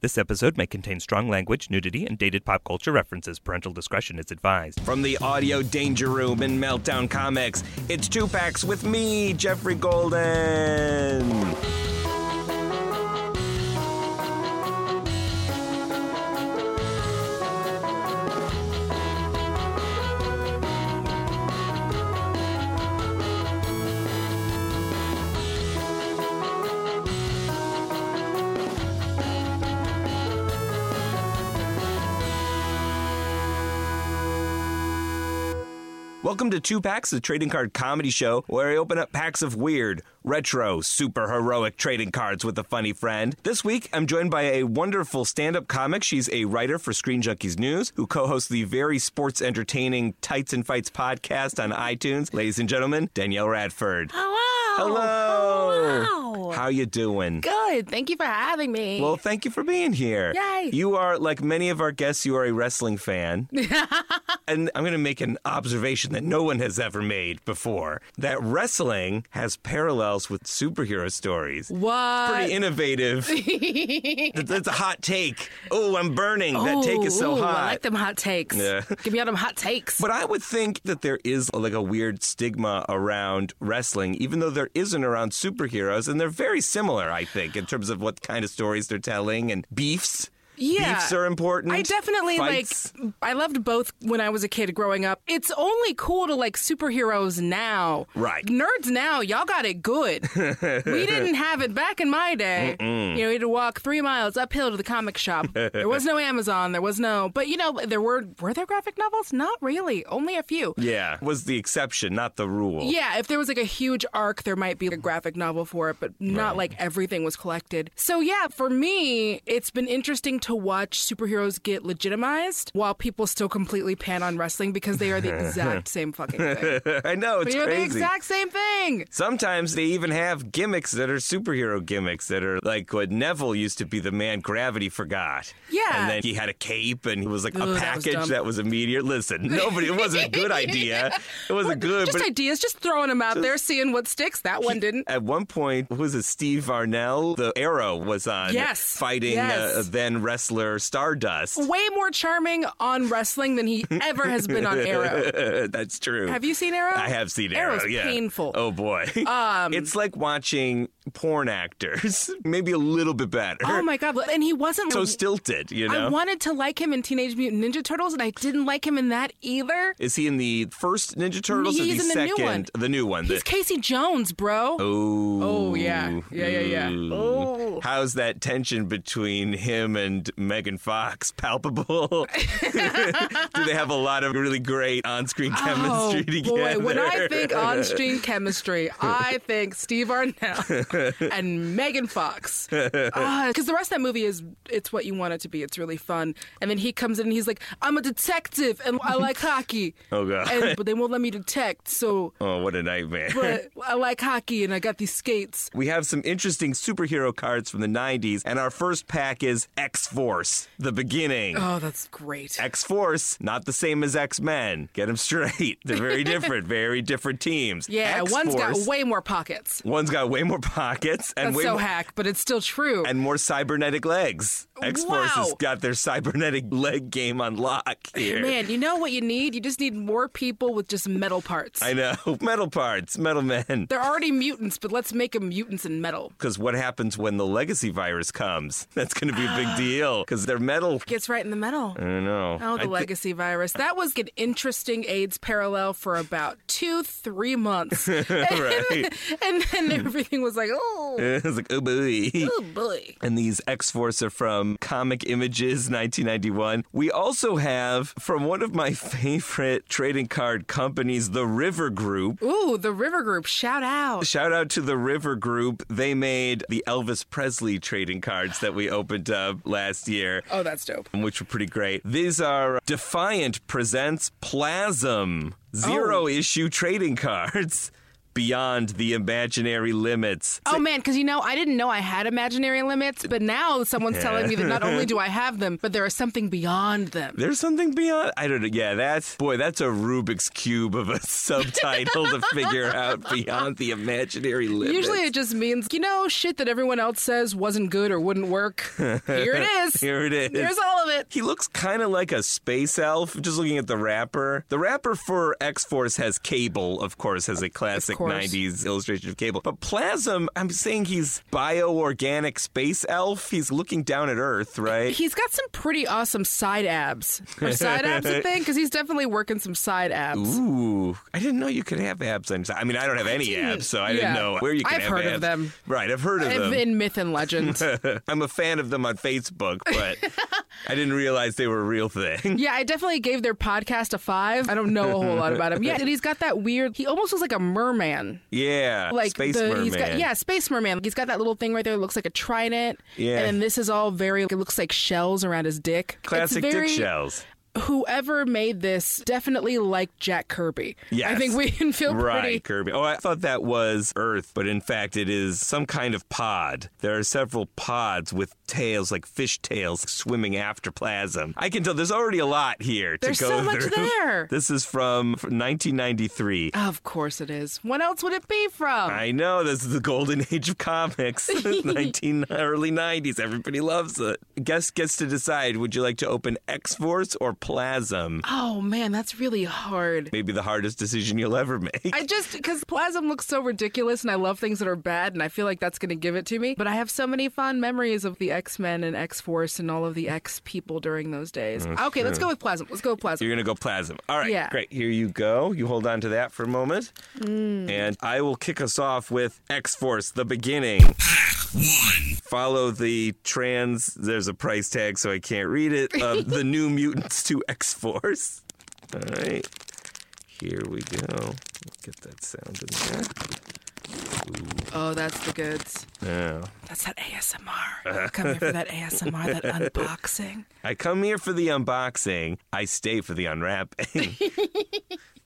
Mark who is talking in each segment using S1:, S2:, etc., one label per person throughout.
S1: This episode may contain strong language, nudity, and dated pop culture references. Parental discretion is advised.
S2: From the audio danger room in Meltdown Comics, it's two packs with me, Jeffrey Golden. Welcome to Two Packs, the trading card comedy show where I open up packs of weird, retro, super heroic trading cards with a funny friend. This week, I'm joined by a wonderful stand up comic. She's a writer for Screen Junkies News, who co hosts the very sports entertaining Tights and Fights podcast on iTunes. Ladies and gentlemen, Danielle Radford.
S3: Oh, Hello.
S2: Hello.
S3: Hello.
S2: How you doing?
S3: Oh, Good. Thank you for having me.
S2: Well, thank you for being here.
S3: Yay.
S2: You are, like many of our guests, you are a wrestling fan. and I'm going to make an observation that no one has ever made before that wrestling has parallels with superhero stories.
S3: what?
S2: Pretty innovative. That's that's a hot take. Oh, I'm burning. that
S3: Ooh,
S2: take is so
S3: ooh,
S2: hot.
S3: I like them hot takes.
S2: Yeah.
S3: Give me all them hot takes.
S2: But I would think that there is like a weird stigma around wrestling, even though there isn't around superheroes, and they're very similar, I think, in terms of what kind of stories they're telling and beefs.
S3: Yeah.
S2: Beefs are important.
S3: I definitely
S2: Fights.
S3: like. I loved both when I was a kid growing up. It's only cool to like superheroes now.
S2: Right.
S3: Nerds now, y'all got it good. we didn't have it back in my day. You know, we had to walk three miles uphill to the comic shop. there was no Amazon. There was no. But you know, there were were there graphic novels? Not really. Only a few.
S2: Yeah. Was the exception, not the rule.
S3: Yeah, if there was like a huge arc, there might be a graphic novel for it, but not like everything was collected. So, yeah, for me, it's been interesting to watch superheroes get legitimized while people still completely pan on wrestling because they are the exact same fucking thing.
S2: I know, it's
S3: They are the
S2: crazy.
S3: exact same thing.
S2: Sometimes they even have gimmicks that are superhero gimmicks that are like what Neville used to be the man gravity forgot.
S3: Yeah.
S2: And then he had a cape and he was like
S3: Ugh, that
S2: a
S3: was
S2: package that was,
S3: dumb.
S2: immediate. Listen, nobody, it wasn't a good idea. It wasn't good,
S3: Just
S2: but
S3: ideas, just throwing them out there, seeing what sticks. That one didn't.
S2: At one point, who was it? Steve Arnell, the Arrow was on,
S3: Yes.
S2: fighting
S3: Yes. Oh,
S2: Uh, then wrestler Stardust.
S3: Way more charming on wrestling than he ever has been on Arrow.
S2: That's true.
S3: Have you seen Arrow?
S2: I have seen Arrow.
S3: Arrow's
S2: yeah.
S3: painful. Um,
S2: Oh boy. it's like watching porn actors, maybe a little bit better.
S3: Oh my god! And he wasn't
S2: so stilted, you
S3: I
S2: know.
S3: wanted to like him in Teenage Mutant Ninja Turtles, and I didn't like him in that either.
S2: Is he in the first Ninja Turtles or
S3: He's
S2: the
S3: in the
S2: second?
S3: new one.
S2: The new one.
S3: He's
S2: the-
S3: Casey Jones, bro.
S2: Ooh.
S3: Oh, yeah. Yeah, yeah, yeah.
S2: Ooh.
S3: Oh.
S2: Hmm. How's that tension between him and Megan Fox palpable? Do they have a lot of really great on-screen
S3: Oh,
S2: chemistry
S3: boy,
S2: together?
S3: when I think on screen chemistry, I think Steve Arnell and Megan Fox. Because the rest of that movie is, it's what you want it to be. It's really fun. And then he comes in and he's like, I'm a detective and I like hockey.
S2: Oh, God.
S3: And, but they won't let me detect, so
S2: Oh, what a nightmare.
S3: but I like hockey and I got these skates.
S2: We have some interesting superhero cards from the 90s, and our first pack is X Force, the beginning.
S3: Oh, that's great.
S2: X Force, not the same as X Men. Get them straight. They're very different, very different teams.
S3: Yeah, one's got
S2: X-Force,
S3: way more pockets.
S2: one's got way more pockets and
S3: That's
S2: way
S3: so
S2: more,
S3: hack, but it's still true.
S2: and more cybernetic legs. X Force has
S3: Wow.
S2: got their cybernetic leg game on lock here.
S3: Man, you know what you need? You just need more people with just metal parts.
S2: I know metal parts, metal men.
S3: They're already mutants, but let's make them mutants in metal.
S2: Because what happens when the legacy virus comes? That's going to be a big deal. Because they're metal.
S3: Gets right in the metal.
S2: I don't know.
S3: Oh, the
S2: Uh, I thi-
S3: legacy virus. That was an interesting AIDS parallel for about two, three months.
S2: right.
S3: and
S2: Hmm.
S3: then everything was like, oh,
S2: it's like, oh boy.
S3: oh boy.
S2: And these X Force are from Comic Images 1991. We also have from one of my favorite trading card companies, the River Group.
S3: Ooh, the River Group, shout out.
S2: Shout out to the River Group. They made the Elvis Presley trading cards that we opened up last year,
S3: Oh, that's dope.
S2: which were pretty great. These are Defiant Presents Plasm, zero issue trading cards. beyond the imaginary limits.
S3: Oh man, because you know, I didn't know I had imaginary limits, but now someone's telling me that not only do I have them, but there is something beyond them.
S2: There's something beyond. I don't know. Yeah, that's boy. That's a Rubik's cube of a subtitle to figure out beyond the imaginary limits.
S3: Usually it just means, you know, shit that everyone else says wasn't good or wouldn't work. Here it is.
S2: Here it is.
S3: Here's all of it.
S2: He looks kind of like a space elf, just looking at the wrapper. The wrapper for X Force has Cable, of course, has a classic
S3: course.
S2: 90s illustration of Cable. But Plasm, I'm saying he's bio organic space elf. He's looking down at Earth, right?
S3: He's got some pretty awesome side abs. Are side abs a thing? Because he's definitely working some side abs.
S2: Ooh, I didn't know you could have abs. on your- I mean, I don't have any abs, so I didn't
S3: yeah.
S2: know where you could
S3: I've
S2: have
S3: heard of
S2: abs.
S3: them.
S2: Right, I've heard of them.
S3: In myth and legend.
S2: I'm a fan of them on Facebook, but I didn't realize they were a real thing.
S3: Yeah, I definitely gave their podcast a five. I don't know a whole lot about him. Yeah, and he's got that weird. He almost looks like a merman,
S2: Yeah,
S3: like
S2: space
S3: the,
S2: merman.
S3: He's got, yeah, space merman. He's got that little thing right there. that looks like a trident.
S2: Yeah.
S3: and then this is all very. It looks like shells around his dick. It's
S2: classic
S3: very-
S2: dick shells.
S3: Whoever made this definitely liked Jack Kirby.
S2: Yes.
S3: I think we can feel pretty.
S2: Right, Kirby. Oh, I thought that was Earth, but in fact, it is some kind of pod. There are several pods with tails, like fish tails, swimming after plasm. I can tell there's already a lot here to
S3: There's
S2: go
S3: so much
S2: through.
S3: there.
S2: This is from from 1993.
S3: Of course it is. What else would it be from?
S2: I know this is the golden age of comics, nineteen early nineties. Everybody loves it. Guest gets to decide: Would you like to open X Force or Plasm?
S3: oh man, that's really hard.
S2: Maybe the hardest decision you'll ever make.
S3: I just because Plasm looks so ridiculous, and I love things that are bad, and I feel like that's going to give it to me. But I have so many fond memories of the X Men and X Force and all of the X people during those days. okay, let's go with Plasm. Let's go with Plasm.
S2: You're gonna go Plasm. All right,
S3: Yeah.
S2: great. Here you go. You hold on to that for a moment, and I will kick us off with X Force: The Beginning. Follow the trans. There's a price tag, so I can't read it. Of the New Mutants to X Force. All right. Here we go. Get that sound in
S3: oh, that's the goods.
S2: there. Yeah.
S3: That's that
S2: Uh-huh.
S3: ASMR. Come here for that ASMR, that unboxing.
S2: I come here for the unboxing. I stay for the unwrapping.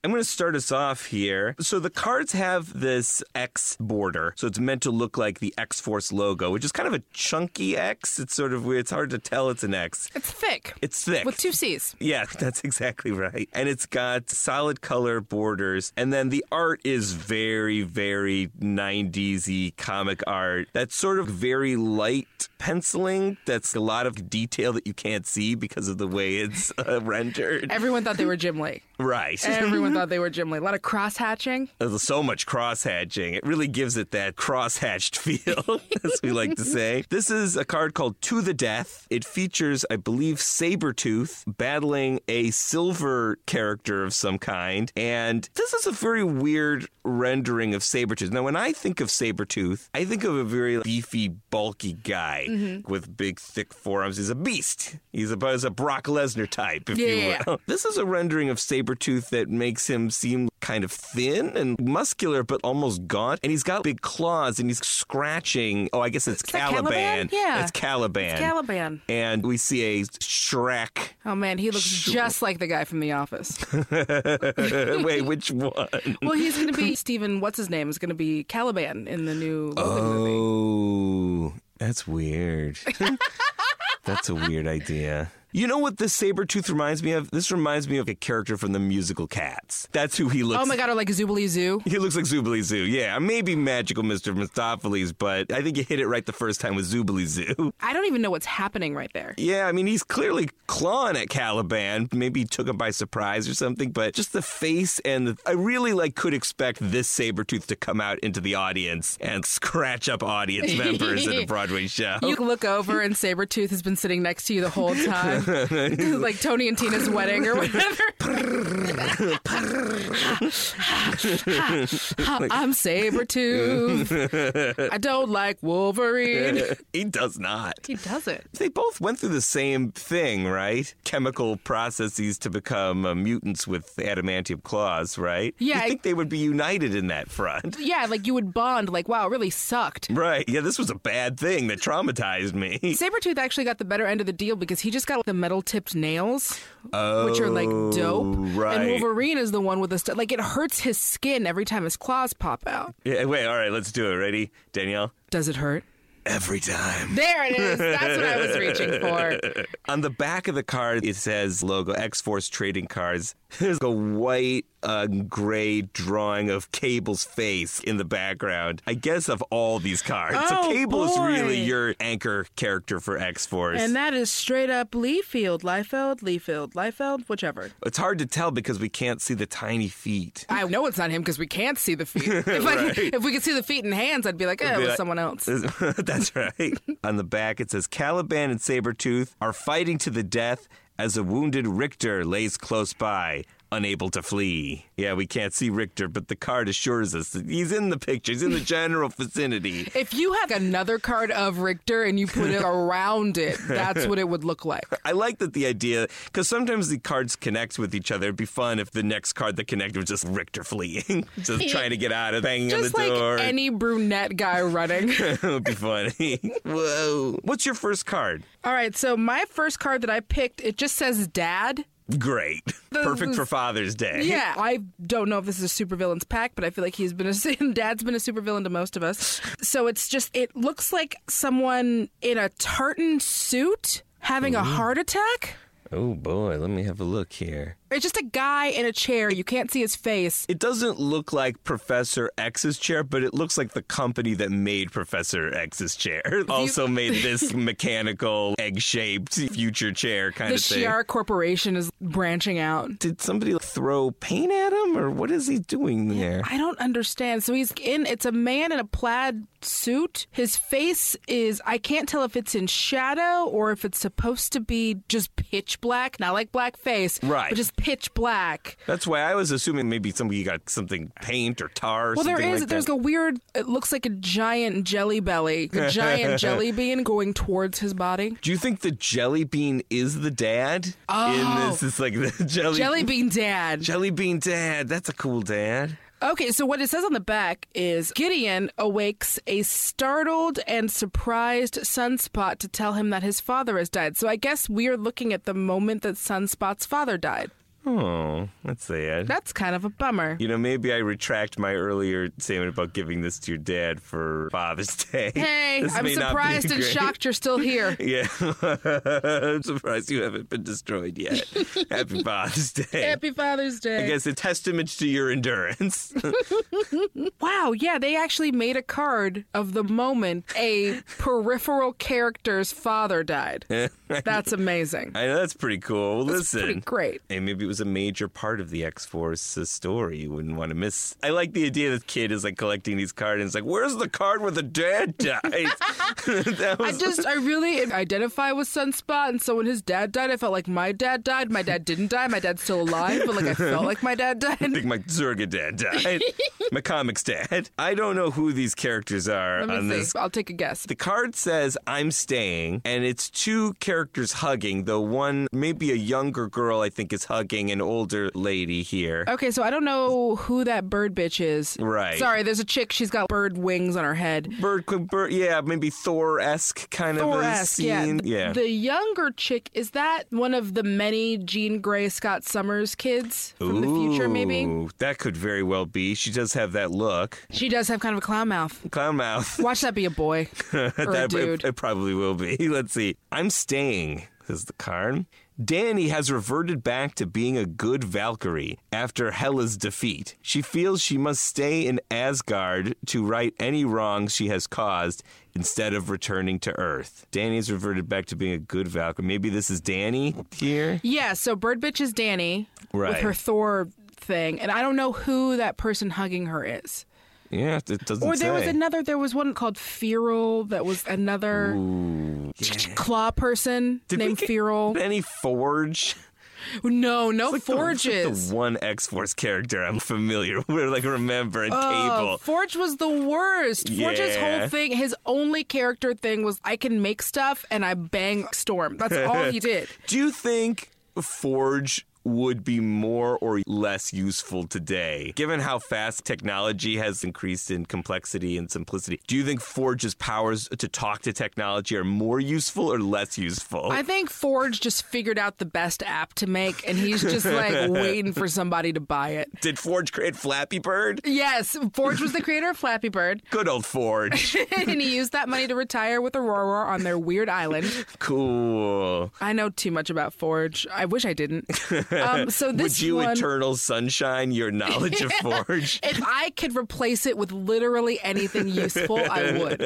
S2: I'm going to start us off here. So the cards have this X border. So it's meant to look like the X Force logo, which is kind of a chunky X. It's sort of weird. It's hard to tell it's an X.
S3: It's thick
S2: It's thick.
S3: with two C's.
S2: Yeah, that's exactly right. And it's got solid color borders. And then the art is very, very 90s y comic art. That's sort of very light penciling. That's a lot of detail that you can't see because of the way it's uh, rendered.
S3: Everyone thought they were Jim Lee.
S2: Right.
S3: Everyone thought they were Jim Lee. A lot of cross hatching.
S2: There's so much cross hatching. It really gives it that cross hatched feel, as we like to say. This is a card called To the Death. It features, I believe, Sabretooth battling a silver character of some kind. And this is a very weird rendering of Sabretooth. Now, when I think of Sabretooth, I think of a very beefy, bulky guy
S3: Mm-hmm.
S2: with big, thick forearms. He's a beast. He's about as a Brock Lesnar type, if you
S3: Yeah.
S2: will. This is a rendering of Sabretooth that makes him seem kind of thin and muscular, but almost gaunt. And he's got big claws and he's scratching. Oh, I guess it's
S3: that
S2: Caliban.
S3: Caliban? Yeah.
S2: It's Caliban.
S3: Caliban.
S2: and we see a Shrek.
S3: Oh man, he looks just like the guy from The Office.
S2: Wait, which one?
S3: Well, he's going to be Stephen. What's his name? Is going to be Caliban in the new
S2: Uh,
S3: Logan movie.
S2: Oh, that's weird. that's a weird idea. You know what this Sabretooth reminds me of? This reminds me of a character from the musical Cats. That's who he looks
S3: Oh my god, or like Zoobly Zoo.
S2: He looks like Zoobly Zoo. Yeah, maybe Magical Mr. Mistopheles, but I think you hit it right the first time with Zoobly Zoo.
S3: I don't even know what's happening right there.
S2: Yeah, I mean, he's clearly clawing at Caliban. Maybe he took him by surprise or something, but just the face and the, I really like could expect this Sabretooth to come out into the audience and scratch up audience members at a Broadway show.
S3: You look over and Sabretooth has been sitting next to you the whole time. like Tony and Tina's wedding or whatever. I'm Sabretooth. I don't like Wolverine.
S2: he does not.
S3: He does it.
S2: They both went through the same thing, right? Chemical processes to become uh, mutants with adamantium claws, right?
S3: Yeah,
S2: You
S3: I-
S2: think they would be united in that front?
S3: Yeah, like you would bond, like, wow, it really sucked.
S2: Right. Yeah, this was a bad thing that traumatized me.
S3: Sabretooth actually got the better end of the deal because he just got the metal tipped nails, which are like dope. And
S2: Oh, right.
S3: Wolverine is the one with the st- like it hurts his skin every time his claws pop out.
S2: Yeah, wait, all right, let's do it. Ready, Danielle?
S3: Does it hurt?
S2: Every time.
S3: There it is. That's what I was reaching for.
S2: On the back of the card, it says logo X Force Trading Cards. There's a white, uh, gray drawing of Cable's face in the background. I guess of all these cards. so
S3: Oh,
S2: Cable is
S3: boy.
S2: really your anchor character for X Force.
S3: And that is straight up Leafield, Liefeld, Leafield, Liefeld, whichever.
S2: it's hard to tell because we can't see the tiny feet.
S3: I know it's not him because we can't see the feet. If,
S2: Right.
S3: I, if we could see the feet and hands, I'd be like, eh, it
S2: Be
S3: was
S2: like-
S3: someone else.
S2: That's right. On the back, it says Caliban and Sabretooth are fighting to the death as a wounded Richter lays close by, unable to flee. Yeah, we can't see Richter, but the card assures us that he's in the picture, he's in the general vicinity.
S3: If you have another card of Richter and you put it around it, that's what it would look like.
S2: I like that the idea, because sometimes the cards connect with each other. It'd be fun if the next card that connected was just Richter fleeing, just trying to get out of banging
S3: Just
S2: on the
S3: like
S2: door.
S3: any brunette guy running.
S2: it would be funny. Whoa. What's your first card?
S3: All right, so my first card that I picked, it just says dad.
S2: Great. Perfect for Father's Day.
S3: Yeah, I don't know if this is a supervillains pack, but I feel like he's been a dad's been a supervillain to most of us. So it's just it looks like someone in a tartan suit having
S2: Mm-hmm.
S3: a heart attack.
S2: Oh boy, let me have a look here.
S3: It's just a guy in a chair. You can't see his face.
S2: It doesn't look like Professor X's chair, but it looks like the company that made Professor X's chair also made this mechanical, egg shaped future chair kind
S3: The
S2: of thing.
S3: Shiar Corporation is branching out.
S2: Did somebody throw paint at him, or what is he doing there?
S3: I don't understand. So he's in, it's a man in a plaid suit. His face is, I can't tell if it's in shadow or if it's supposed to be just pitch black, not like blackface,
S2: Right.
S3: but just pitch black.
S2: That's why I was assuming maybe somebody got something paint or tar. Or
S3: Well, there
S2: something
S3: is,
S2: like
S3: there's
S2: that.
S3: a weird, it looks like a giant jelly belly, a giant jelly bean going towards his body.
S2: Do you think the jelly bean is the dad in this? It's like the jelly
S3: Oh. Jelly bean dad.
S2: jelly bean dad. That's a cool dad.
S3: Okay, so what it says on the back is Gideon awakes a startled and surprised Sunspot to tell him that his father has died. So I guess we are looking at the moment that Sunspot's father died.
S2: Oh, that's sad.
S3: That's kind of a bummer.
S2: You know, maybe I retract my earlier statement about giving this to your dad for Father's Day.
S3: Hey,
S2: This
S3: I'm
S2: may not be
S3: surprised and
S2: great.
S3: shocked you're still here.
S2: Yeah, I'm surprised you haven't been destroyed yet. Happy Father's Day.
S3: Happy Father's Day.
S2: I guess a testament to your endurance.
S3: Wow, yeah, they actually made a card of the moment a peripheral character's father died. That's amazing.
S2: I know that's pretty cool. Well, listen.
S3: Pretty great.
S2: And maybe it was a major part of the X Force story. You wouldn't want to miss. I like the idea that kid is like collecting these cards and it's like, where's the card where the dad died? that
S3: I
S2: was
S3: just, I really identify with Sunspot. And so when his dad died, I felt like my dad died. My dad didn't die. My dad's still alive, but like I felt like my dad
S2: think
S3: died.
S2: my Zurga dad died. my comics dad. I don't know who these characters are
S3: Let me
S2: on
S3: see.
S2: this.
S3: I'll take a guess.
S2: The card says I'm staying, and it's two characters hugging, though one, maybe a younger girl, I think, is hugging an older lady here.
S3: Okay, so I don't know who that bird bitch is.
S2: Right.
S3: Sorry, there's a chick. She's got bird wings on her head.
S2: Bird, Queen bird, yeah, maybe Thor esque kind of a
S3: Thor-esque,
S2: scene.
S3: yeah. The younger chick, is that one of the many Jean Grey Scott Summers kids from the future, maybe?
S2: Ooh, That could very well be. She does have that look.
S3: She does have kind of a clown mouth.
S2: Clown mouth.
S3: Watch that be a boy or a
S2: that it-
S3: dude.
S2: It, probably will be. Let's see. I'm staying, says the Karn. Danny has reverted back to being a good Valkyrie after Hela's defeat. She feels she must stay in Asgard to right any wrongs she has caused instead of returning to Earth. Danny's reverted back to being a good Valkyrie. Maybe this is Danny here?
S3: Yeah, so Bird Bitch is Danny
S2: Right.
S3: with her Thor thing, and I don't know who that person hugging her is.
S2: Yeah, it doesn't
S3: Or there was
S2: say.
S3: another. There was one called Feral that was another claw person
S2: Did we
S3: named
S2: get
S3: Feral.
S2: Any Forge?
S3: No, no
S2: The,
S3: Forges.
S2: the one X Force character I'm familiar with, like remember in
S3: Oh,
S2: Cable.
S3: Forge was the worst. Forge's
S2: Yeah.
S3: whole thing, his only character thing was I can make stuff and I bang Storm. That's all he did.
S2: Do you think Forge would be more or less useful today, given how fast technology has increased in complexity and simplicity? Do you think Forge's powers to talk to technology are more useful or less useful?
S3: I think Forge just figured out the best app to make, and he's just like waiting for somebody to buy it.
S2: Did Forge create Flappy Bird?
S3: Yes, Forge was the creator of Flappy Bird,
S2: Good old Forge.
S3: and he used that money to retire with Aurora on their weird island.
S2: cool.
S3: I know too much about Forge. I wish I didn't. Um, so this
S2: Would you
S3: one,
S2: eternal sunshine your knowledge of Forge?
S3: if I could replace it with literally anything useful, I would.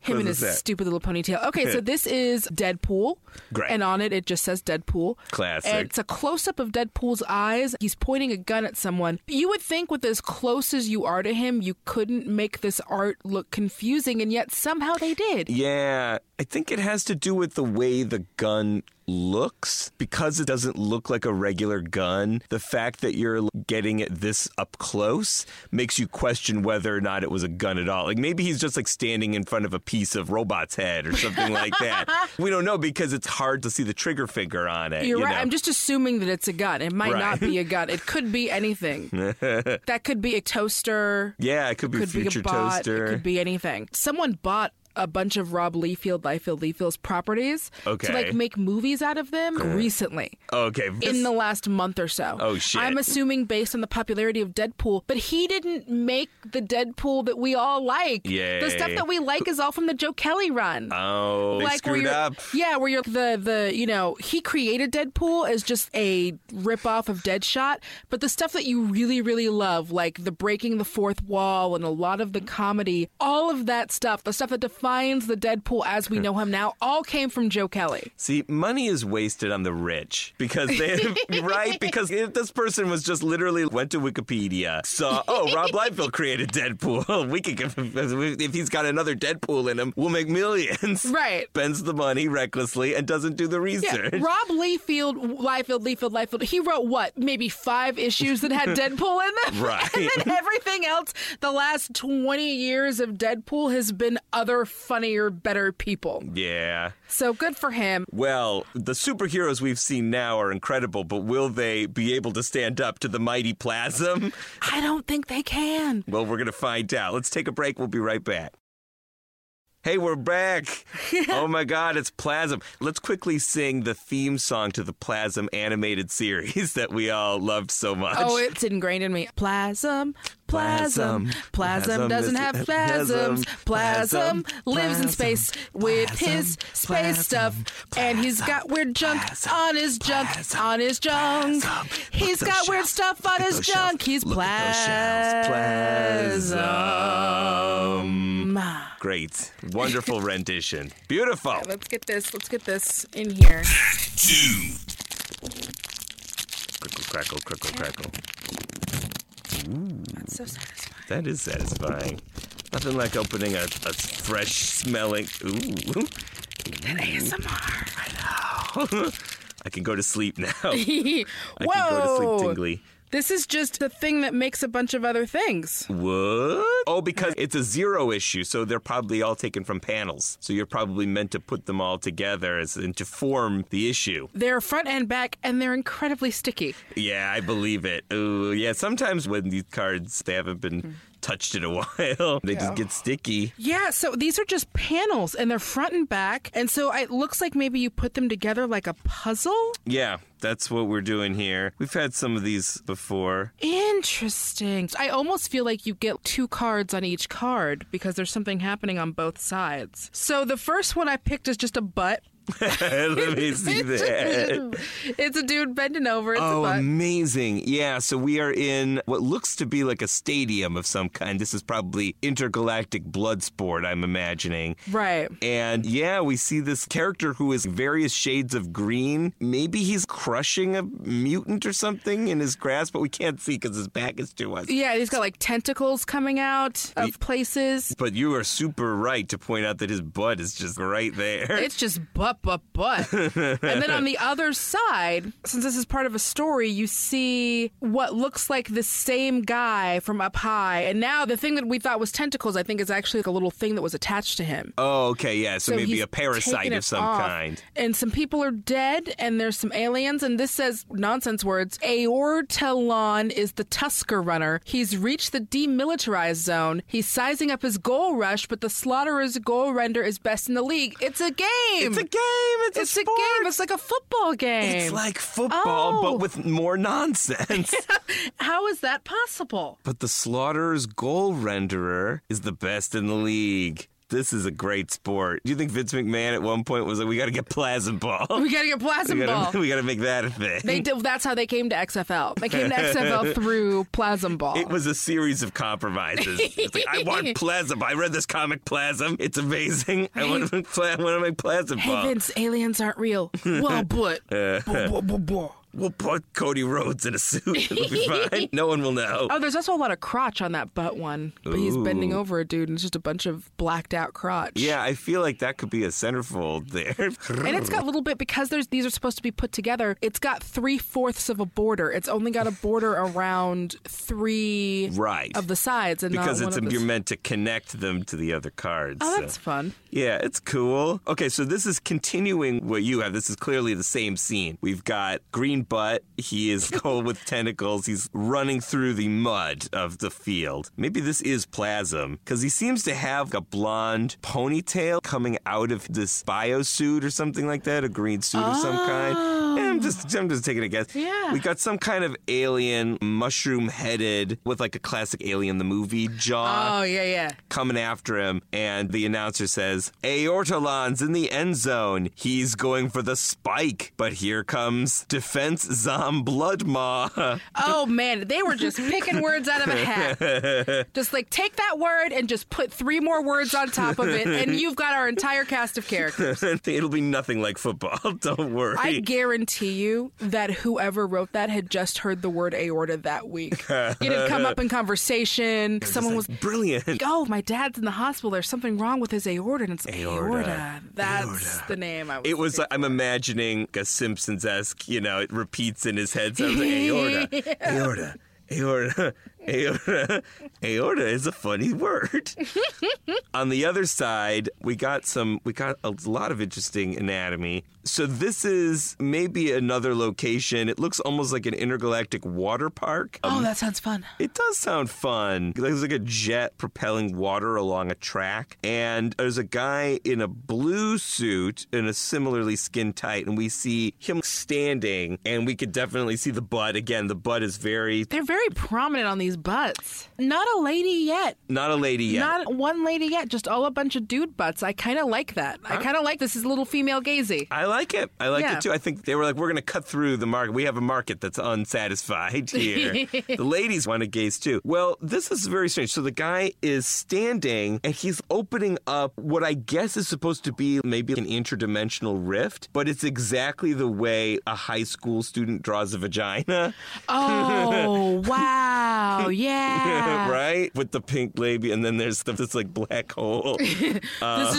S3: Him and his
S2: that?
S3: stupid little ponytail. Okay, so this is Deadpool.
S2: Great.
S3: And on it, it just says Deadpool.
S2: Classic.
S3: And it's a close up of Deadpool's eyes. He's pointing a gun at someone. You would think, with as close as you are to him, you couldn't make this art look confusing, and yet somehow they did.
S2: Yeah, I think it has to do with the way the gun looks because it doesn't look like a regular gun. The fact that you're getting it this up close makes you question whether or not it was a gun at all. Like maybe he's just like standing in front of a piece of robot's head or something like that. We don't know because it's hard to see the trigger finger on it.
S3: You're
S2: you
S3: right.
S2: know?
S3: I'm just assuming that it's a gun. It might
S2: Right.
S3: not be a gun. It could be anything. that could be a toaster.
S2: yeah, it could be
S3: could
S2: future
S3: be a bot.
S2: toaster.
S3: It could be anything. Someone bought a bunch of Rob Liefeld, Liefeld, Liefeld's properties
S2: Okay.
S3: to like make movies out of them recently
S2: okay.
S3: in the last month or so.
S2: Oh, shit.
S3: I'm assuming based on the popularity of Deadpool, but he didn't make the Deadpool that we all like. The stuff
S2: Yay.
S3: that we like is all from the Joe Kelly run.
S2: oh, they
S3: where
S2: screwed
S3: you're-
S2: up.
S3: Yeah, where you're the the you know he created Deadpool as just a ripoff of Deadshot, but the stuff that you really really love, like the breaking the fourth wall and a lot of the comedy, all of that stuff, the stuff that defines the Deadpool as we know him now, all came from Joe Kelly.
S2: See, money is wasted on the rich because they, right? Because if this person was just literally went to Wikipedia, saw, oh, Rob Liefeld created Deadpool. We could, give him- if he's got another Deadpool in him, we'll make millions.
S3: Right.
S2: Spends the money recklessly and doesn't do the
S3: Yeah,
S2: research.
S3: Rob Liefeld, Liefeld, Liefeld, Liefeld. He wrote what? Maybe five issues that had Deadpool in them.
S2: Right.
S3: And then everything else, the last twenty years of Deadpool has been other funnier, better people.
S2: yeah.
S3: So good for him.
S2: Well, the superheroes we've seen now are incredible, but will they be able to stand up to the mighty plasm?
S3: I don't think they can.
S2: Well, we're going to find out. Let's take a break. We'll be right back. Hey, we're back. oh my God, it's Plasm. Let's quickly sing the theme song to the Plasm animated series that we all loved so much.
S3: Oh, it's ingrained in me. Plasm,
S2: Plasm.
S3: plasm,
S2: Plasm
S3: plasm, doesn't
S2: is-
S3: have
S2: plasm,
S3: plasms. Plasm,
S2: plasm,
S3: lives in
S2: plasm,
S3: space with his space
S2: plasm,
S3: stuff, and he's got weird junk
S2: plasm,
S3: on his junk
S2: plasm,
S3: on his junk.
S2: plasm. Look
S3: He's
S2: at
S3: got
S2: those
S3: weird
S2: shells.
S3: stuff on
S2: Look at
S3: his
S2: those
S3: junk.
S2: shells.
S3: He's
S2: Look at those shells.
S3: plasm. Ah,
S2: Great. Wonderful rendition. Beautiful.
S3: Let's get this. Let's get this in here.
S2: Crickle, crackle, crickle, crackle.
S3: That's so satisfying.
S2: That is satisfying. Nothing like opening a, a fresh smelling. Ooh.
S3: That ASMR.
S2: I can go to sleep now. I can
S3: Whoa.
S2: go to sleep tingly.
S3: This is just the thing that makes a bunch of other things.
S2: What? Oh, because it's a zero issue, so they're probably all taken from panels. So you're probably meant to put them all together as and to form the issue.
S3: They're front and back, and they're incredibly sticky.
S2: Yeah, I believe it. Ooh, yeah. Sometimes when these cards they haven't been touched in a while, they just get sticky.
S3: Yeah, so these are just panels, and they're front and back, and so it looks like maybe you put them together like a puzzle.
S2: Yeah, that's what we're doing here. We've had some of these before.
S3: Interesting. I almost feel like you get two cards on each card because there's something happening on both sides. So the first one I picked is just a butt.
S2: Let me see that.
S3: it's a dude bending over. It's
S2: Oh,
S3: a butt.
S2: amazing. Yeah, so we are in what looks to be like a stadium of some kind. This is probably intergalactic blood sport, I'm imagining.
S3: Right.
S2: And yeah, we see this character who is various shades of green. Maybe he's crushing a mutant or something in his grasp, but we can't see because his back is to us.
S3: Yeah, he's got like tentacles coming out of places.
S2: But you are super right to point out that his butt is just right there.
S3: It's just butt up a butt. and then on the other side, since this is part of a story, you see what looks like the same guy from up high. And now the thing that we thought was tentacles, I think, is actually like a little thing that was attached to him.
S2: Oh, okay, yeah. So,
S3: So
S2: maybe
S3: he's
S2: a parasite
S3: taken
S2: of
S3: it
S2: some
S3: off.
S2: kind.
S3: And some people are dead, and there's some aliens, and this says nonsense words. Aortelon is the Tusker runner. He's reached the demilitarized zone. He's sizing up his goal rush, but the Slaughterer's goal render is best in the league. It's a game.
S2: It's a game. It's,
S3: It's
S2: a,
S3: a
S2: sport.
S3: game. It's like a football game.
S2: It's like football,
S3: Oh.
S2: but with more nonsense.
S3: How is that possible?
S2: but the Slaughterer's goal renderer is the best in the league. This is a great sport. Do you think Vince McMahon at one point was like, "We got to get plasma ball.
S3: We gotta get
S2: We
S3: plasm
S2: got
S3: ball.
S2: to, we got to make that a thing."
S3: They did, that's how they came to XFL. They came to XFL through plasm ball.
S2: It was a series of compromises. It's like, I want plasm. I read this comic plasm. It's amazing. I want to make, pla- I want to make plasm
S3: hey
S2: ball.
S3: Vince, aliens aren't real. Well, but Buh, buh, buh, buh.
S2: We'll put Cody Rhodes in a suit. It'll be fine. No one will know.
S3: Oh, there's also a lot of crotch on that butt one. But he's bending over a dude and it's just a bunch of blacked out crotch.
S2: Yeah, I feel like that could be a centerfold there.
S3: And it's got a little bit because there's these are supposed to be put together, it's got three fourths of a border. It's only got a border around three
S2: Right.
S3: of the sides and
S2: because
S3: not
S2: it's
S3: one of
S2: you're
S3: the...
S2: meant to connect them to the other cards.
S3: Oh,
S2: so-
S3: that's fun.
S2: Yeah, it's cool. Okay, so this is continuing what you have. This is clearly the same scene. We've got Green Butt. He is cold with tentacles. He's running through the mud of the field. Maybe this is plasm because he seems to have a blonde ponytail coming out of this bio suit or something like that, a green suit of some kind. Yeah, I'm just, I'm just taking a guess.
S3: Yeah.
S2: we got some kind of alien, mushroom-headed, with like a classic alien the movie jaw
S3: Oh yeah, yeah.
S2: coming after him, and the announcer says, Aortalon's in the end zone. He's going for the spike, but here comes Defense Zom Blood Maw.
S3: Oh man, they were just picking words out of a hat. Just like take that word and just put three more words on top of it, and you've got our entire cast of characters.
S2: It'll be nothing like football. Don't worry.
S3: I guarantee you that whoever wrote that had just heard the word aorta that week. It had come up in conversation. Someone was,
S2: Brilliant.
S3: "Oh, my dad's in the hospital. There's something wrong with his aorta." And it's
S2: Aorta.
S3: aorta. That's the name. I was.
S2: It was, uh, I'm imagining a Simpsons esque, you know, it repeats in his head. So like, Aorta, Aorta, Aorta, Aorta. Aorta is a funny word. On the other side, we got some we got a lot of interesting anatomy. So this is maybe another location. It looks almost like an intergalactic water park. Um,
S3: oh, that sounds fun.
S2: it does sound fun. There's like a jet propelling water along a track, and there's a guy in a blue suit and a similarly skin tight, and we see him standing, and we could definitely see the butt. Again, the butt is very
S3: They're very prominent on these butts. Not a lady yet.
S2: not a lady yet.
S3: Not one lady yet, just all a bunch of dude butts. I kind of like that. I kind of like this is a little female gazy.
S2: I like it. I like
S3: Yeah.
S2: it too. I think they were like, we're going to cut through the market. We have a market that's unsatisfied here. the ladies want to gaze too. Well, this is very strange. So the guy is standing and he's opening up what I guess is supposed to be maybe an interdimensional rift, but it's exactly the way a high school student draws a vagina,
S3: Oh, wow. Yeah.
S2: right? With the pink labia, and then there's the, this like black hole.
S3: This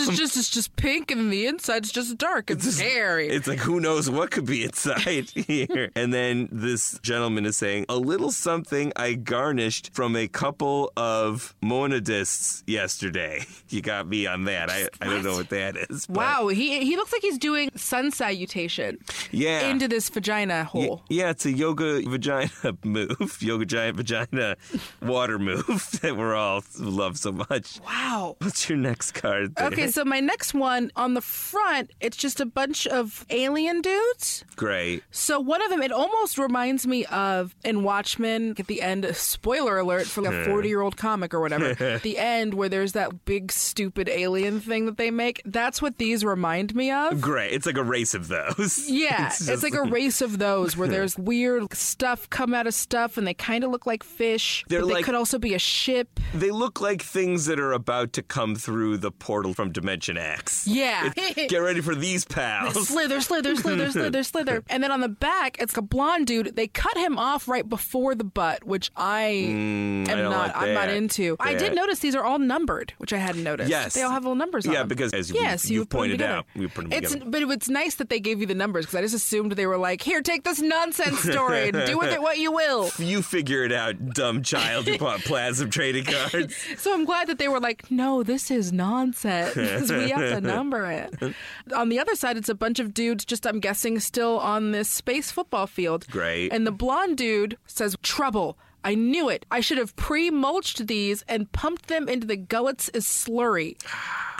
S3: is just it's just pink and the inside's just dark. It's, scary.
S2: Uh. It's like who knows what could be inside here. And then this gentleman is saying, "A little something I garnished from a couple of monadists yesterday. You got me on that. I, I don't know what that is. but-
S3: wow, he he looks like he's doing sun salutation
S2: Yeah.
S3: into this vagina hole.
S2: yeah, it's a yoga vagina move, yoga giant vagina water move that we're all love so much.
S3: Wow.
S2: What's your next card? There?
S3: Okay, so my next one on the front, it's just a bunch of alien dudes.
S2: great.
S3: So one of them, it almost reminds me of in Watchmen at the end. Spoiler alert for a forty-year-old comic or whatever. the end where there's that big stupid alien thing that they make. That's what these remind me of.
S2: Great. It's like a race of those.
S3: Yeah, it's,
S2: just-
S3: like a race of those where there's weird stuff come out of stuff, and they kind of look like fish.
S2: They're
S3: but they
S2: like-
S3: could also be a ship.
S2: They look like things that are about to come through the portal from Dimension X.
S3: Yeah.
S2: It's- Get ready for these pals.
S3: Slither, slither, slither, slither, slither. And then on the back, it's a blonde dude. They cut him off right before the butt, which I am
S2: Mm, I don't
S3: not.
S2: like
S3: I'm not
S2: that.
S3: into. I
S2: That.
S3: did notice these are all numbered, which I hadn't noticed.
S2: Yes.
S3: they all have little numbers. on
S2: Yeah,
S3: them.
S2: because as we-
S3: yes,
S2: you
S3: you've put them
S2: pointed
S3: together.
S2: out, we put them
S3: it's,
S2: together.
S3: But it's nice that they gave you the numbers because I just assumed they were like, here, take this nonsense story and do with it what you will.
S2: You figure it out, dumb child who bought plasm trading cards.
S3: So I'm glad that they were like, no, this is nonsense. 'cause we have to number it. on the other side, it's a bunch of dudes, just I'm guessing, still on this space football field.
S2: Great.
S3: And the blonde dude says, trouble. I knew it. I should have pre mulched these and pumped them into the gullets as slurry.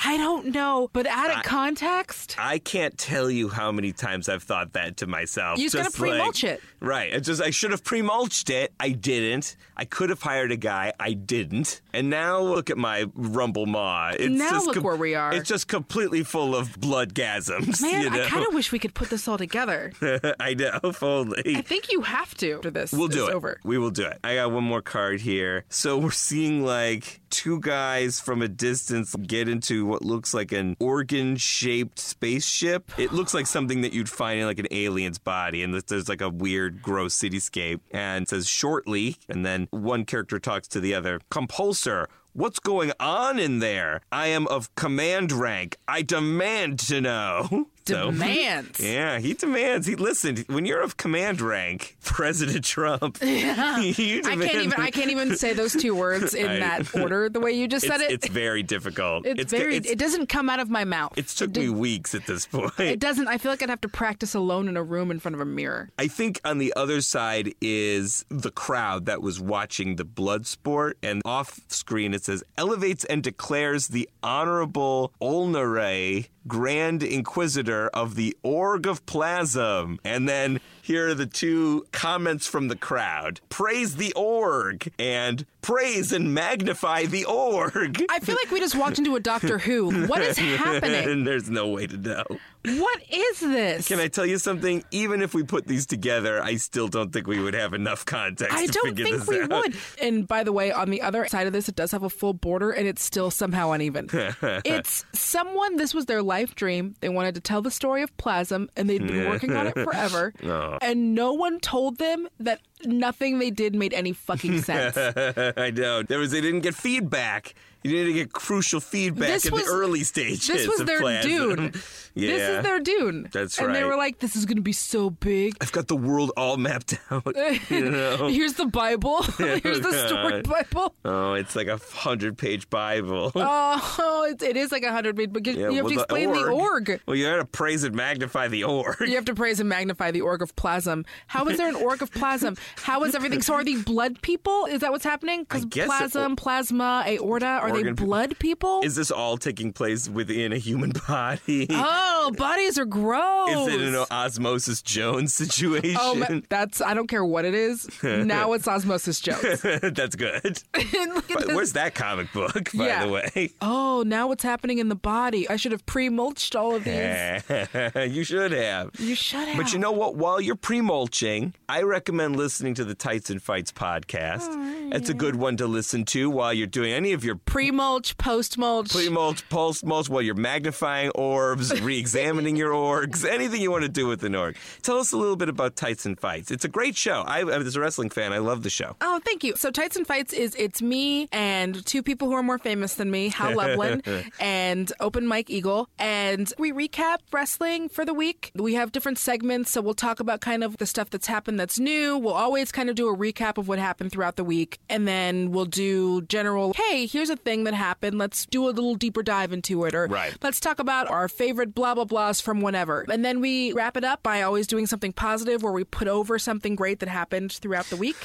S3: I don't know, but added context.
S2: I can't tell you how many times I've thought that to myself.
S3: You just gotta
S2: like-
S3: pre-mulch it.
S2: Right. It's just I should have pre-mulched it. I didn't. I could have hired a guy. I didn't. And now look at my rumble maw. It's
S3: Now
S2: just
S3: look where we are.
S2: It's just completely full of bloodgasms.
S3: Man,
S2: you know?
S3: I kind of wish we could put this all together.
S2: I know. If
S3: I
S2: only.
S3: think you have to after this.
S2: We'll do
S3: is
S2: it.
S3: Over.
S2: We will do it. I got one more card here. So we're seeing like two guys from a distance get into what looks like an organ shaped spaceship. It looks like something that you'd find in like an alien's body. And there's like a weird, gross cityscape. And it says shortly. And then one character talks to the other Compulsor. What's going on in there? I am of command rank. I demand to know. So-
S3: Demands.
S2: yeah, he demands. He listened. When you're of command rank, President Trump, you
S3: I
S2: demand-
S3: can't even. I can't even say those two words in
S2: I-
S3: that order. The way you just
S2: It's,
S3: said it.
S2: it's very difficult.
S3: It's very.
S2: It's,
S3: it doesn't come out of my mouth.
S2: it's took me weeks at this point.
S3: it doesn't. I feel like I'd have to practice alone in a room in front of a mirror.
S2: I think on the other side is the crowd that was watching the blood sport, and off screen it says elevates and declares the honorable Olnare Grand Inquisitor of the Org of Plasm. And then here are the two comments from the crowd praise the org and praise and magnify the org.
S3: I feel like we just walked into a Doctor Who. What is happening?
S2: and there's no way to know.
S3: What is this?
S2: Can I tell you something? Even if we put these together, I still don't think we would have enough context
S3: I
S2: to
S3: don't
S2: figure
S3: think
S2: this
S3: we
S2: out.
S3: would. And by the way, on the other side of this, it does have a full border and it's still somehow uneven. it's someone, this was their life dream. They wanted to tell the story of Plasm and they'd been working on it forever.
S2: Oh.
S3: And no one told them that nothing they did made any fucking sense.
S2: I know. There was they didn't get feedback. You didn't get crucial feedback
S3: This
S2: in
S3: was-
S2: the early stages.
S3: this was
S2: of
S3: their
S2: plasm.
S3: dune.
S2: Yeah.
S3: This is their dune.
S2: That's
S3: And they
S2: right.
S3: were like, this is going to be so big.
S2: I've got the world all mapped out. you know.
S3: Here's the Bible. Here's the story Bible.
S2: Oh, it's like a hundred page Bible.
S3: Oh, it, it is like a hundred feet, but you,
S2: Yeah,
S3: you have
S2: well,
S3: to explain the org.
S2: Well, you gotta praise and magnify the org.
S3: You have to praise and magnify the org of plasm. How is there an org of plasm? How is everything? So are they blood people? Is that what's happening? Because
S2: guess it-
S3: plasm, plasma, aorta, are they
S2: Organ pe-
S3: blood people?
S2: Is this all taking place within a human body?
S3: oh, bodies are gross.
S2: Is it an Osmosis Jones situation?
S3: Oh, ma- that's I don't care what it is. Now it's Osmosis Jones.
S2: That's good.
S3: And look at
S2: But
S3: this.
S2: Where's that comic book, by
S3: Yeah.
S2: the way?
S3: Oh, now what's happening in the body? I should have pre-mulched all of these.
S2: you should have.
S3: You should have.
S2: Eh. But you know what? While you're pre mulching, I recommend listening to the Tights and Fights podcast.
S3: Oh,
S2: It's a good one to listen to while you're doing any of your
S3: pre-mulch, post-mulch.
S2: pre mulch, post mulch, while you're magnifying orbs, re examining your orgs, anything you want to do with an org. Tell us a little bit about Tights and Fights. It's a great show. I, as a wrestling fan, I love the show.
S3: Oh, thank you. So Tights and Fights is it's me and two people who are more famous than me, Hal Lublin and Open Mike Eagle. And we recap wrestling for the week. We have different segments, so we'll talk about kind of the stuff that's happened that's new. We'll always kind of do a recap of what happened throughout the week. And then we'll do general, hey, here's a thing that happened. Let's do a little deeper dive into it. Or
S2: Right.
S3: let's talk about our favorite blah blah blahs from whenever. And then we wrap it up by always doing something positive where we put over something great that happened throughout the week.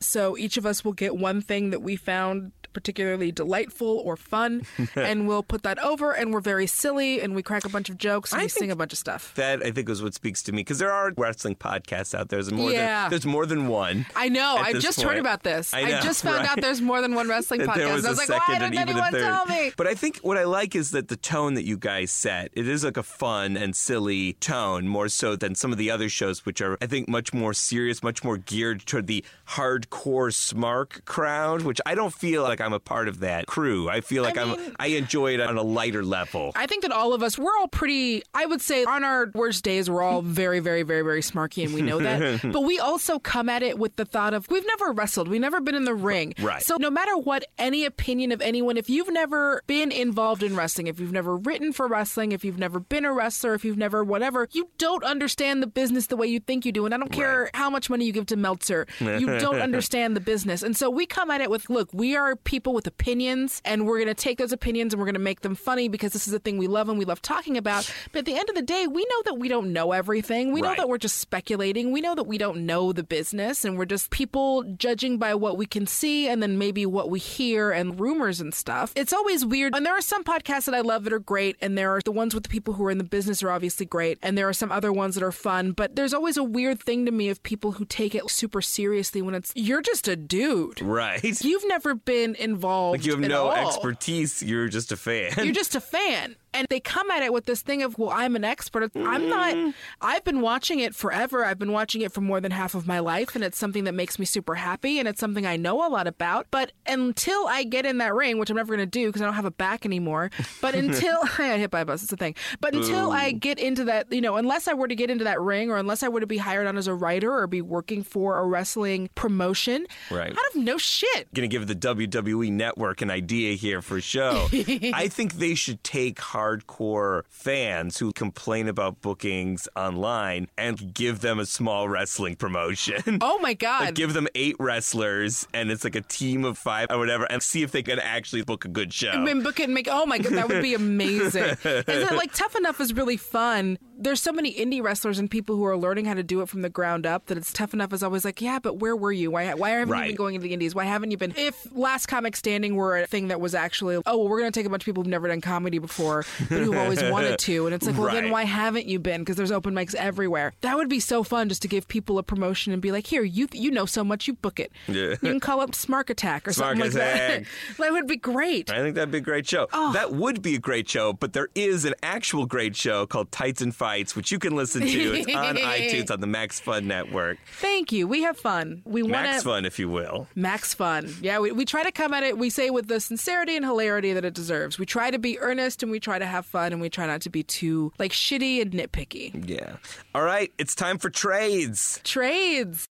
S3: So each of us will get one thing that we found particularly delightful or fun, and we'll put that over. And we're very silly, and we crack a bunch of jokes, and
S2: I
S3: we sing
S2: think-
S3: a bunch of stuff.
S2: That I think is what speaks to me because there are wrestling podcasts out there. There's more
S3: Yeah.
S2: than there's more than one.
S3: I know.
S2: At
S3: I
S2: this
S3: just heard
S2: point.
S3: about this.
S2: I
S3: I,
S2: know,
S3: just found
S2: right?
S3: out there's more than one wrestling
S2: that
S3: podcast.
S2: there
S3: I
S2: was
S3: was
S2: a
S3: like,
S2: second
S3: why
S2: and
S3: didn't
S2: even a
S3: anyone
S2: third.
S3: tell me?
S2: But I think what I like is that the tone that you guys set, it is like a fun and silly tone, more so than some of the other shows, which are, I think, much more serious, much more geared toward the hardcore smark crowd, which I don't feel like I'm a part of that crew. I feel like I am
S3: mean-
S2: I enjoy it on a lighter level.
S3: I think that all of us, we're all pretty, I would say, on our worst days, we're all very, very, very, very smarky, and we know that. but we also come at it with the thought of we've never wrestled, we've never been in the ring.
S2: Right.
S3: So, no matter what any opinion of anyone, if you've never been involved in wrestling, if you've never written for wrestling, if you've never been a wrestler, if you've never whatever, you don't understand the business the way you think you do. And I don't care how much money you give to Meltzer, you don't understand the business. And so we come at it with look, we are people with opinions, and we're going to take those opinions and we're going to make them funny because this is the thing we love and we love talking about. But at the end of the day, we know that we don't know everything. We know
S2: Right.
S3: that we're just speculating. We know that we don't know the business, and we're just people judging by what we can see and then maybe what we hear and rumors and stuff. It's always weird. And there are some podcasts that I love that are great, and there are the ones with the people who are in the business are obviously great, and there are some other ones that are fun. But there's always a weird thing to me of people who take it super seriously when it's you're just a dude.
S2: right.
S3: You've never been involved.
S2: Like you have
S3: at
S2: no
S3: all.
S2: expertise, you're just a fan.
S3: You're just a fan. And they come at it with this thing of, well, I'm an expert. It's- I'm not, I've been watching it forever. I've been watching it for more than half of my life. And it's something that makes me super happy. And it's something I know a lot about. But until I get in that ring, which I'm never going to do because I don't have a back anymore, but until I got hit by a bus, it's a thing. But until I get into that, you know, unless I were to get into that ring or unless I were to be hired on as a writer or be working for a wrestling promotion,
S2: Right.
S3: I'd have no shit.
S2: going to give the WWE network an idea here for a show. I think they should take hardcore fans who complain about bookings online and give them a small wrestling promotion.
S3: Oh my God.
S2: Like give them eight wrestlers and it's like a team of five or whatever and see if they can actually book a good show.
S3: and book it and make oh my god that would be amazing is it like tough enough is really fun there's so many indie wrestlers and people who are learning how to do it from the ground up that it's tough enough is always like yeah but where were you why, why haven't you
S2: Right.
S3: been going into the indies why haven't you been if last comic standing were a thing that was actually oh well, we're going to take a bunch of people who've never done comedy before but who've always wanted to and it's like well
S2: Right.
S3: then why haven't you been because there's open mics everywhere that would be so fun just to give people a promotion and be like here you you know so much you book it you can call up smark attack or
S2: Smark
S3: something
S2: Attack.
S3: like that that would be great
S2: I think that'd be a great show. That would be a great show, but there is an actual great show called Tights and Fights, which you can listen to. It's on iTunes on the Max Fun Network.
S3: Thank you. We have fun. We want
S2: Max Fun, if you will.
S3: Max fun. Yeah, we, we try to come at it. We say with the sincerity and hilarity that it deserves. We try to be earnest and we try to have fun and we try not to be too like shitty and nitpicky.
S2: Yeah. All right, it's time for trades.
S3: Trades.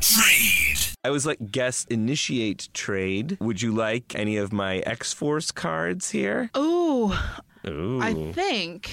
S4: Trade.
S2: I was like, guest initiate trade. Would you like any of my X Force cards here?
S3: Ooh, I think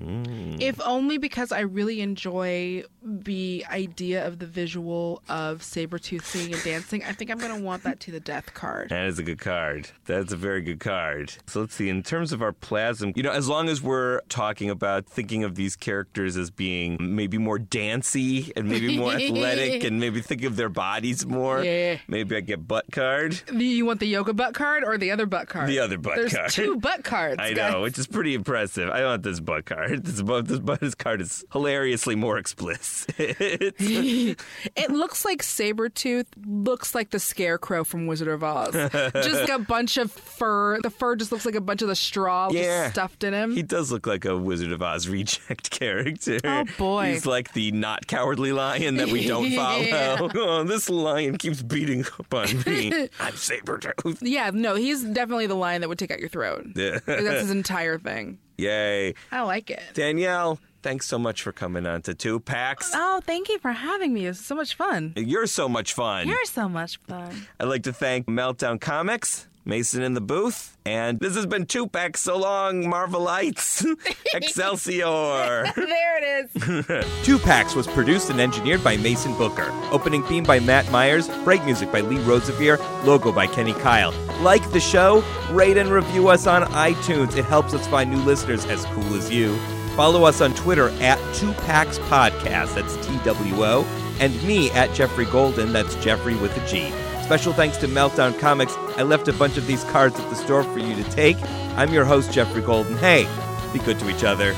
S2: Mm.
S3: if only because I really enjoy the idea of the visual of Sabretooth singing and dancing. I think I'm going to want that to the death card.
S2: That is a good card. That's a very good card. So let's see. In terms of our plasm, you know, as long as we're talking about thinking of these characters as being maybe more dancey and maybe more athletic and maybe think of their bodies more,
S3: Yeah.
S2: maybe I get butt card.
S3: Do You want the yoga butt card or the other butt card?
S2: The other butt
S3: There's
S2: card.
S3: two butt cards.
S2: I
S3: guys.
S2: know, which is pretty impressive. I want this butt card. This butt, this butt this card is hilariously more explicit.
S3: It looks like Sabretooth looks like the Scarecrow from Wizard of Oz. just like a bunch of fur. The fur just looks like a bunch of the straw
S2: Yeah.
S3: just stuffed in him.
S2: He does look like a Wizard of Oz reject character.
S3: Oh, boy.
S2: He's like the not cowardly lion that we don't follow.
S3: Yeah.
S2: Oh, this lion keeps beating up on me. I'm Sabretooth.
S3: yeah, no, he's definitely the lion that would take out your throat. That's his entire thing.
S2: Yay.
S3: I like it.
S2: Danielle, thanks so much for coming on to Two Packs.
S3: Oh, thank you for having me. It was so much fun.
S2: You're so much fun.
S3: You're so much fun.
S2: I'd like to thank Meltdown Comics, Mason in the Booth, and this has been Two Packs. So long, Marvelites. Excelsior.
S3: There it is.
S2: Two Packs was produced and engineered by Mason Booker. Opening theme by Matt Myers, break music by Lee Rosevere, logo by Kenny Kyle. Like the show? Rate and review us on iTunes. It helps us find new listeners as cool as you. Follow us on Twitter at Two Packs Podcast, that's T W O, and me at Jeffrey Golden, that's Jeffrey with a G. Special thanks to Meltdown Comics. I left a bunch of these cards at the store for you to take. I'm your host, Jeffrey Golden. Hey, be good to each other.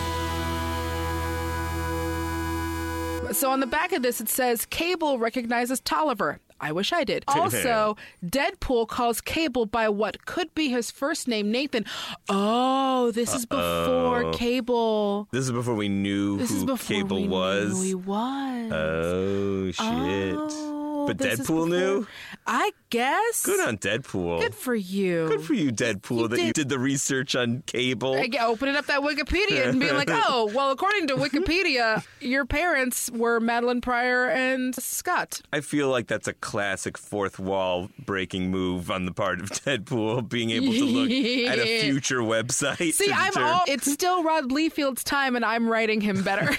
S3: So on the back of this, it says Cable recognizes Tolliver. I wish I did. Also, Deadpool calls Cable by what could be his first name, Nathan. Oh, this is before Cable.
S2: This is before we knew
S3: This is
S2: who
S3: before
S2: Cable
S3: we
S2: was.
S3: Knew who he was.
S2: Oh shit!
S3: Oh,
S2: but
S3: this is
S2: Deadpool knew.
S3: before- I guess.
S2: Good on Deadpool.
S3: Good for you.
S2: Good for you, Deadpool, that you
S3: did-
S2: did the research on Cable.
S3: I get opening up that Wikipedia and being like, oh, well, according to Wikipedia, your parents were Madeline Pryor and Scott.
S2: I feel like that's a classic fourth wall breaking move on the part of Deadpool, being able to look at a future website.
S3: See,
S2: to
S3: I'm
S2: determine-
S3: all. It's still Rod Leefield's time, and I'm writing him better.